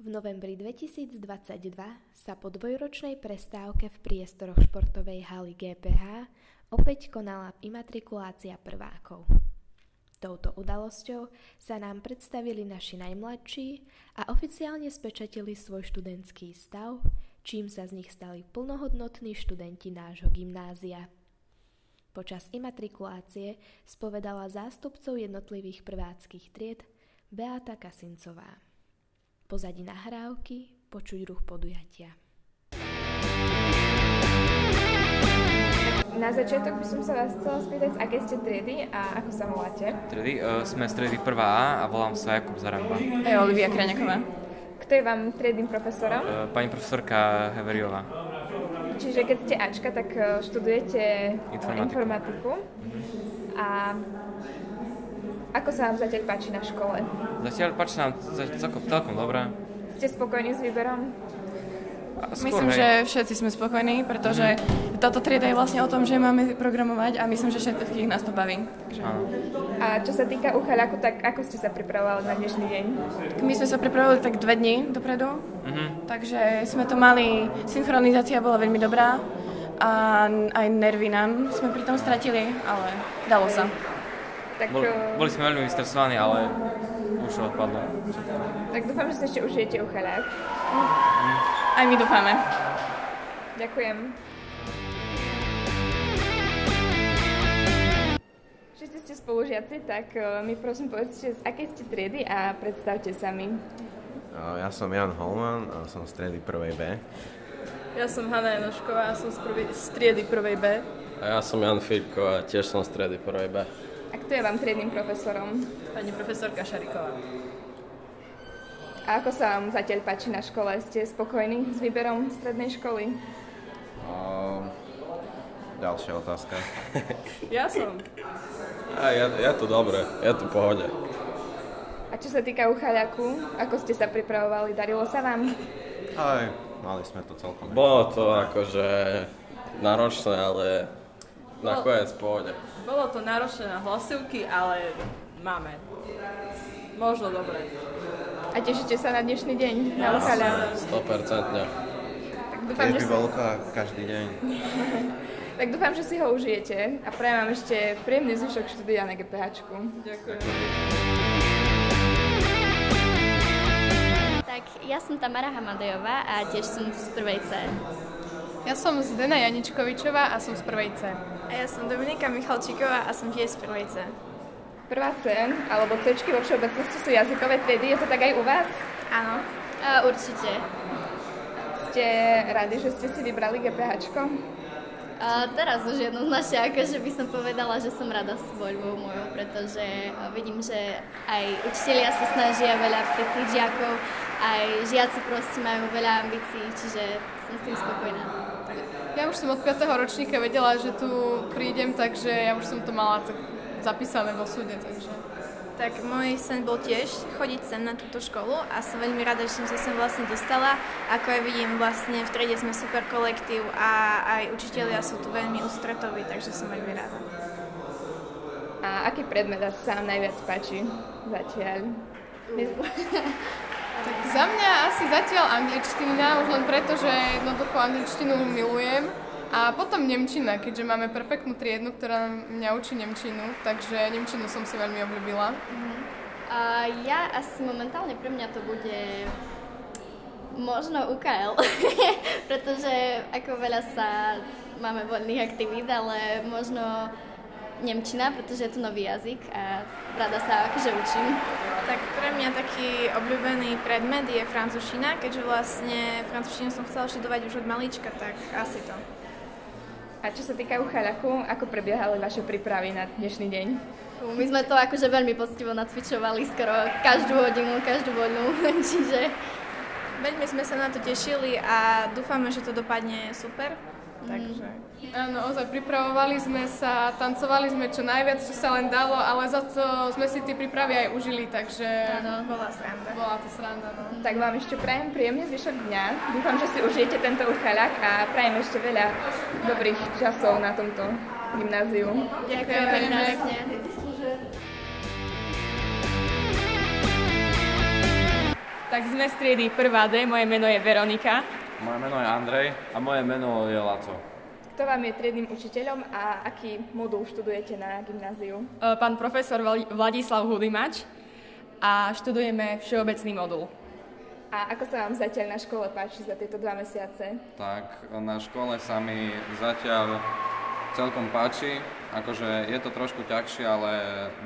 V novembri 2022 sa po dvojročnej prestávke v priestoroch športovej haly GPH opäť konala imatrikulácia prvákov. Touto udalosťou sa nám predstavili naši najmladší a oficiálne spečatili svoj študentský stav, čím sa z nich stali plnohodnotní študenti nášho gymnázia. Počas imatrikulácie spovedala zástupcov jednotlivých prváckých tried Beata Kasincová. Pozadí nahrávky, počuť ruch podujatia. Na začiatok by som sa vás chcela spýtať, z aké ste triedy a ako sa voláte? Triedy, uh, sme z triedy prvá A a volám sa Jakub Zaramba. E, A je Olivia Kraňaková. Kto je vám triednym profesorom? Uh, pani profesorka Heveriová. Čiže keď ste Ačka, tak eh, študujete eh, Informatiku. informatiku. A ako sa vám zatiaľ páči na škole? Zatiaľ páči sa nám za- celkom, celkom dobré. Ste spokojní s výberom? A skôr, Myslím, hej. Mhm. že všetci sme spokojní, pretože táto trieda je vlastne o tom, že máme programovať a myslím, že všetkých nás to baví. Takže. Áno. A čo sa týka uchaľaku, tak ako ste sa pripravovali na dnešný deň? My sme sa pripravili tak dve dni dopredu, Mhm. takže sme to mali, synchronizácia bola veľmi dobrá a n- aj nervy nám sme pri tom stratili, ale dalo sa. Tak, Bol, eh, boli sme veľmi vystresovaní, ale už to odpadlo. tak dúfam, že si ešte užijete uchaľak. Aj my dúfame. Ďakujem. Všetci ste spolužiaci, tak eh, mi prosím povedzte, z akej ste triedy a predstavte sami. Eh, Ja som Jan Holman a som z triedy 1B. Ja som Hanna Janošková a som z, prvej, z triedy prvej B. A ja som Jan Filipko a tiež som z triedy prvej B. A kto je vám triednym profesorom? Pani profesorka Šariková. A ako sa vám zatiaľ páči na škole? Ste spokojní s výberom strednej školy? Ehm, Ďalšia otázka. Ja som. A ja, ja to dobre, ja to v pohode. A čo sa týka uchaľaku, ako ste sa pripravovali? Darilo sa vám? Aj, mali sme to celkom. Bolo to akože náročné, ale nakoniec v pohode. Bolo to náročné na hlasivky, ale máme. Možno dobre. A tešíte sa na dnešný deň na uchaľak? 100%. Tak dúfam, Keď že by si, bolo ka- každý deň. tak dúfam, že si ho užijete. A prajem vám ešte príjemný zvyšok štúdia na GPHčku. Ďakujem. Tak ja som Tamara Hamadejová a tiež som z prvej C. Ja som Zdena Janičkovičová a som z prvej C. A ja som Dominika Michalčíková a som tiež z prvej C. Prvá C, alebo C vo všeobecnosti sú jazykové triedy, je to tak aj u vás? Áno. A určite. Ste radi, že ste si vybrali GPH? A teraz už jednoznačne, akože by som povedala, že som rada s voľbou mojou, pretože eh, vidím, že aj učitelia sa snažia veľa pre tých žiakov, aj žiaci proste majú veľa ambícií, čiže som s tým spokojná. Ja už som od 5. ročníka vedela, že tu prídem, takže ja už som to mala tak zapísané vo súde, takže... Tak môj sen bol tiež chodiť sem na túto školu a som veľmi rada, že som sa sem vlastne dostala. Ako aj vidím, vlastne v triede sme super kolektív a aj učitelia sú tu veľmi ústretoví, takže som veľmi rada. A aký predmet asi sa vám najviac páči zatiaľ? Tak za mňa asi zatiaľ angličtina, už len preto, že jednoducho angličtinu milujem. A potom Nemčina, keďže máme perfektnú triednu, ktorá mňa učí Nemčinu, takže Nemčinu som si veľmi obľúbila. A ja asi momentálne pre mňa to bude možno UKL, pretože ako veľa sa máme voľných aktivít, ale možno Nemčina, pretože je to nový jazyk a rada sa akože učím. Tak pre mňa taký obľúbený predmet je francúzština, keďže vlastne francúzštinu som chcela študovať už od malička, tak asi to. A čo sa týka uchaľaku, ako prebiehali vaše prípravy na dnešný deň? My sme to akože veľmi poctivo nacvičovali skoro každú hodinu, každú voľnú, čiže Veľmi sme sa na to tešili a dúfame, že to dopadne super. Takže... Áno, ozaj pripravovali sme sa, tancovali sme čo najviac, čo sa len dalo, ale za to sme si tie prípravy aj užili, takže Áno, bola sranda. bola to sranda. No. Tak vám ešte prajem príjemný zvyšok dňa. Dúfam, že si užijete tento uchaľak a prajem ešte veľa dobrých časov na tomto gymnáziu. ďakujem veľmi pekne. Tak sme z triedy 1D, moje meno je e, Veronika. Moje meno je Andrej a moje meno je Laco. Kto vám je triednym učiteľom a aký modul študujete na gymnáziu? Pán profesor Val- Vladislav Hudimač a študujeme všeobecný modul. A ako sa vám zatiaľ na škole páči za tieto dva mesiace? Tak na škole sa mi zatiaľ celkom páči, akože je to trošku ťažšie, ale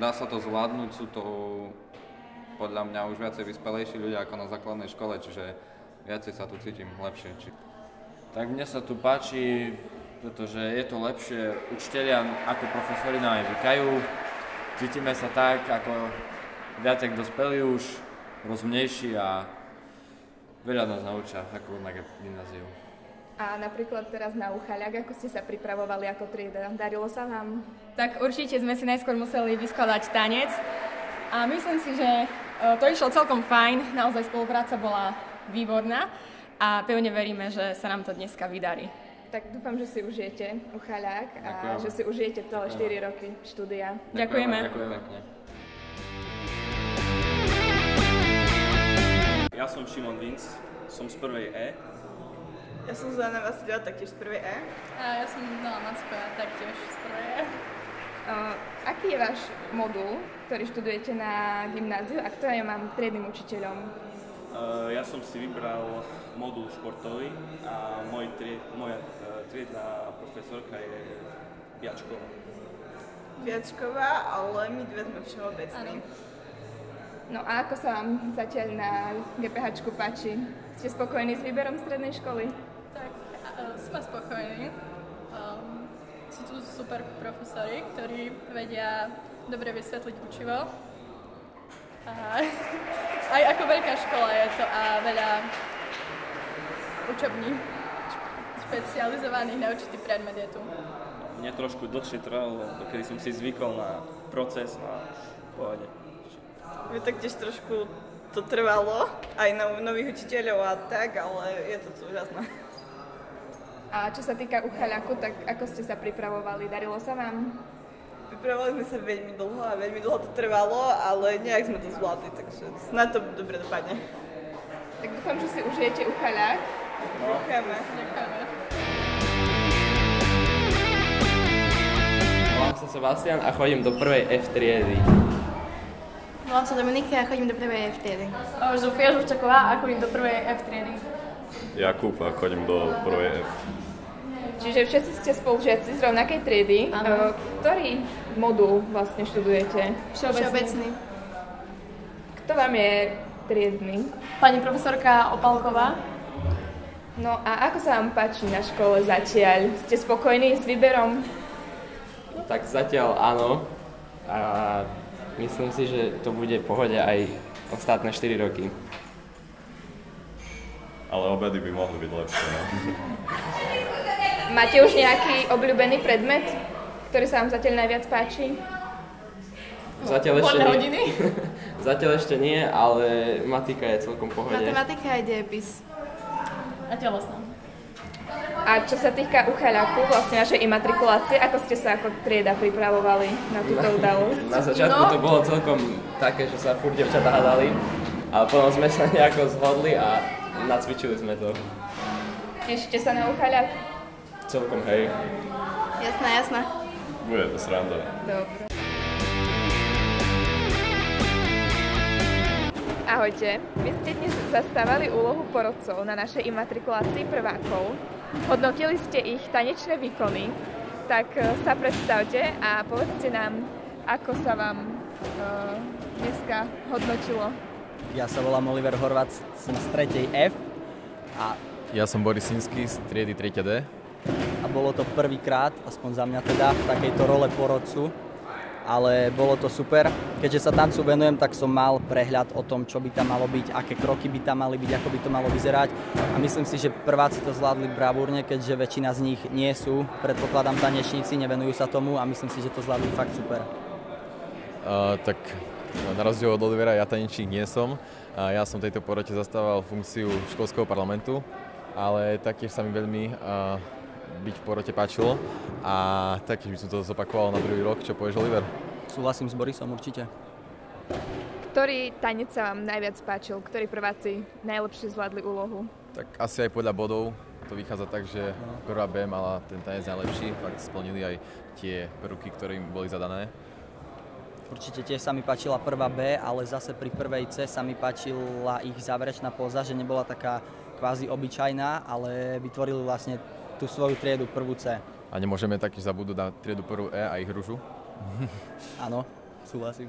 dá sa to zvládnuť, sú to podľa mňa už viacej vyspelejší ľudia ako na základnej škole, čiže viacej sa tu cítim lepšie. Či... Tak mne sa tu páči, pretože je to lepšie, učiteľia ako profesori nám aj vykajú, cítime sa tak, ako viacej dospelí už, rozumnejší a veľa nás naučia ako na gymnáziu. A napríklad teraz na Uchaľak, ako ste sa pripravovali ako trieda? Darilo sa vám? Tak určite sme si najskôr museli vyskladať tanec a myslím si, že e, to išlo celkom fajn, naozaj spolupráca bola výborná a pevne veríme, že sa nám to dneska vydarí. Tak dúfam, že si užijete Uchaľak a Ďakujeme. že si užijete celé Ďakujeme. 4 roky štúdia. Ďakujeme. Ďakujeme. Ja som Šimon Vinc, som z prvej E. Ja som Zuzana Vasilia, taktiež z prvej E. A ja som Nela Macková, taktiež z prvej E. Uh, aký je váš modul, ktorý študujete na gymnáziu a kto je vám triednym učiteľom? Eh, Ja som si vybral modul športový a môj tri, moja eh, triedna profesorka je Jačková. Viačková, ale my dve sme všeobecní. No a ako sa vám zatiaľ na GPH páči? Ste spokojní s výberom strednej školy? Tak a, sme spokojní. Um, sú tu super profesori, ktorí vedia dobre vysvetliť učivo. A, aj ako veľká škola je to a veľa učební š- špecializovaných na určitý predmet je tu. Mne trošku dlhšie trvalo, dokedy som si zvykol na proces a pohode. Mne taktiež trošku to trvalo, aj na nových učiteľov a tak, ale je to tu úžasné. A čo sa týka uchaľaku, tak ako ste sa pripravovali? Darilo sa vám? Pripravovali sme sa veľmi dlho a veľmi dlho to trvalo, ale nejak sme to zvládli, takže snad to dobre dopadne. Tak dúfam, že si užijete uchaľak. Ďakujeme. Volám sa Sebastian a chodím do prvej F triedy. Volám sa Dominika a chodím do prvej F triedy. Zofia Žurčaková a chodím do prvej F triedy. Jakub a chodím do prvej F. Čiže všetci ste spolužiaci z rovnakej triedy. Áno. E, Ktorý modul vlastne študujete? Všeobecný. Kto vám je triedny? Pani profesorka Opalková. No a ako sa vám páči na škole zatiaľ? Ste spokojní s výberom? Tak zatiaľ áno a myslím si, že to bude v pohode aj ostatné 4 roky. Ale obedy by mohli byť lepšie. No. Máte už nejaký obľúbený predmet, ktorý sa vám zatiaľ najviac páči? Zatiaľ ešte Voľné nie. hodiny? Zatiaľ ešte nie, ale matika je celkom v pohode. Matematika a dejepis. A telesná. A čo sa týka uchaľaku, vlastne našej imatrikulácie, ako ste sa ako trieda pripravovali na túto udalosť? Na začiatku to bolo celkom také, že sa furt devčatá hádali, ale potom sme sa nejako zhodli a nacvičili sme to. Tešíte sa na uchaľak? Celkom hej. Jasná, jasná. Bude to sranda. Dobre. Ahojte, vy ste dnes zastávali úlohu porodcov na našej imatrikulácii prvákov. Hodnotili ste ich tanečné výkony, tak e, sa predstavte a povedzte nám, ako sa vám uh, dneska hodnotilo. Ja sa volám Oliver Horvát, som z 3. F a, Ja som Boris Sinsky z triedy 3D. a bolo to prvýkrát, aspoň za mňa teda, v takejto role porodcu, ale bolo to super. Keďže sa tancu venujem, tak som mal prehľad o tom, čo by tam malo byť, aké kroky by tam mali byť, ako by to malo vyzerať. A myslím si, že prváci to zvládli bravúrne, keďže väčšina z nich nie sú, predpokladám, tanečníci, nevenujú sa tomu a myslím si, že to zvládli fakt super. Uh, tak na rozdiel od Olivera ja tanečník nie som. Uh, ja som v tejto porote zastával funkciu školského parlamentu, ale taktiež sa mi veľmi uh, byť v porote páčilo a taktiež by som to zopakoval na druhý rok, čo povieš Oliver? Súhlasím s Borisom určite. Ktorý tanec sa vám najviac páčil? Ktorí prváci najlepšie zvládli úlohu? Tak asi aj podľa bodov to vychádza tak, že No. prvá B mala ten tanec najlepší, fakt splnili aj tie prvky, ktoré im boli zadané. Určite tiež sa mi páčila prvá B, ale zase pri prvej C sa mi páčila ich záverečná póza, že nebola taká kvázi obyčajná, ale vytvorili vlastne tú svoju triedu prvú C. A nemôžeme taktiež zabudnúť na triedu prvú E a ich hružu. Áno, súhlasím.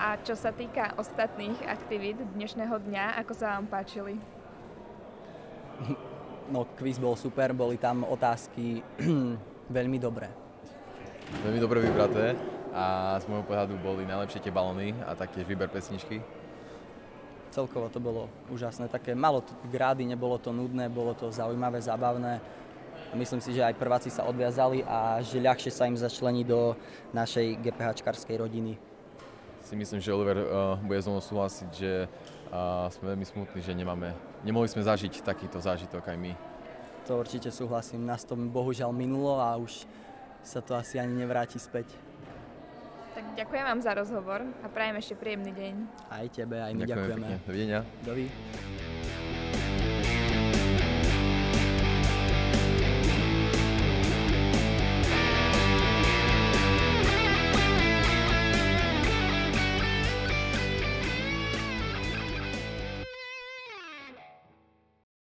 A čo sa týka ostatných aktivít dnešného dňa, ako sa vám páčili? No, quiz bol super, boli tam otázky veľmi dobré. Veľmi dobre vybraté a z môjho pohľadu boli najlepšie tie balóny a taktiež výber pesničky. Celkovo to bolo úžasné, také malo to grády, nebolo to nudné, bolo to zaujímavé, zábavné. A myslím si, že aj prváci sa odviazali a že ľahšie sa im začlení do našej GPHčkarskej rodiny. Si myslím, že Oliver uh, bude so mnou súhlasiť, že uh, sme veľmi smutní, že nemáme, nemohli sme zažiť takýto zážitok aj my. To určite súhlasím, nás to bohužiaľ minulo a už sa to asi ani nevráti späť. Tak ďakujem vám za rozhovor a prajem ešte príjemný deň. Aj tebe, aj my Ďakujeme ďakujeme. pekne. Dovidenia. Dovi.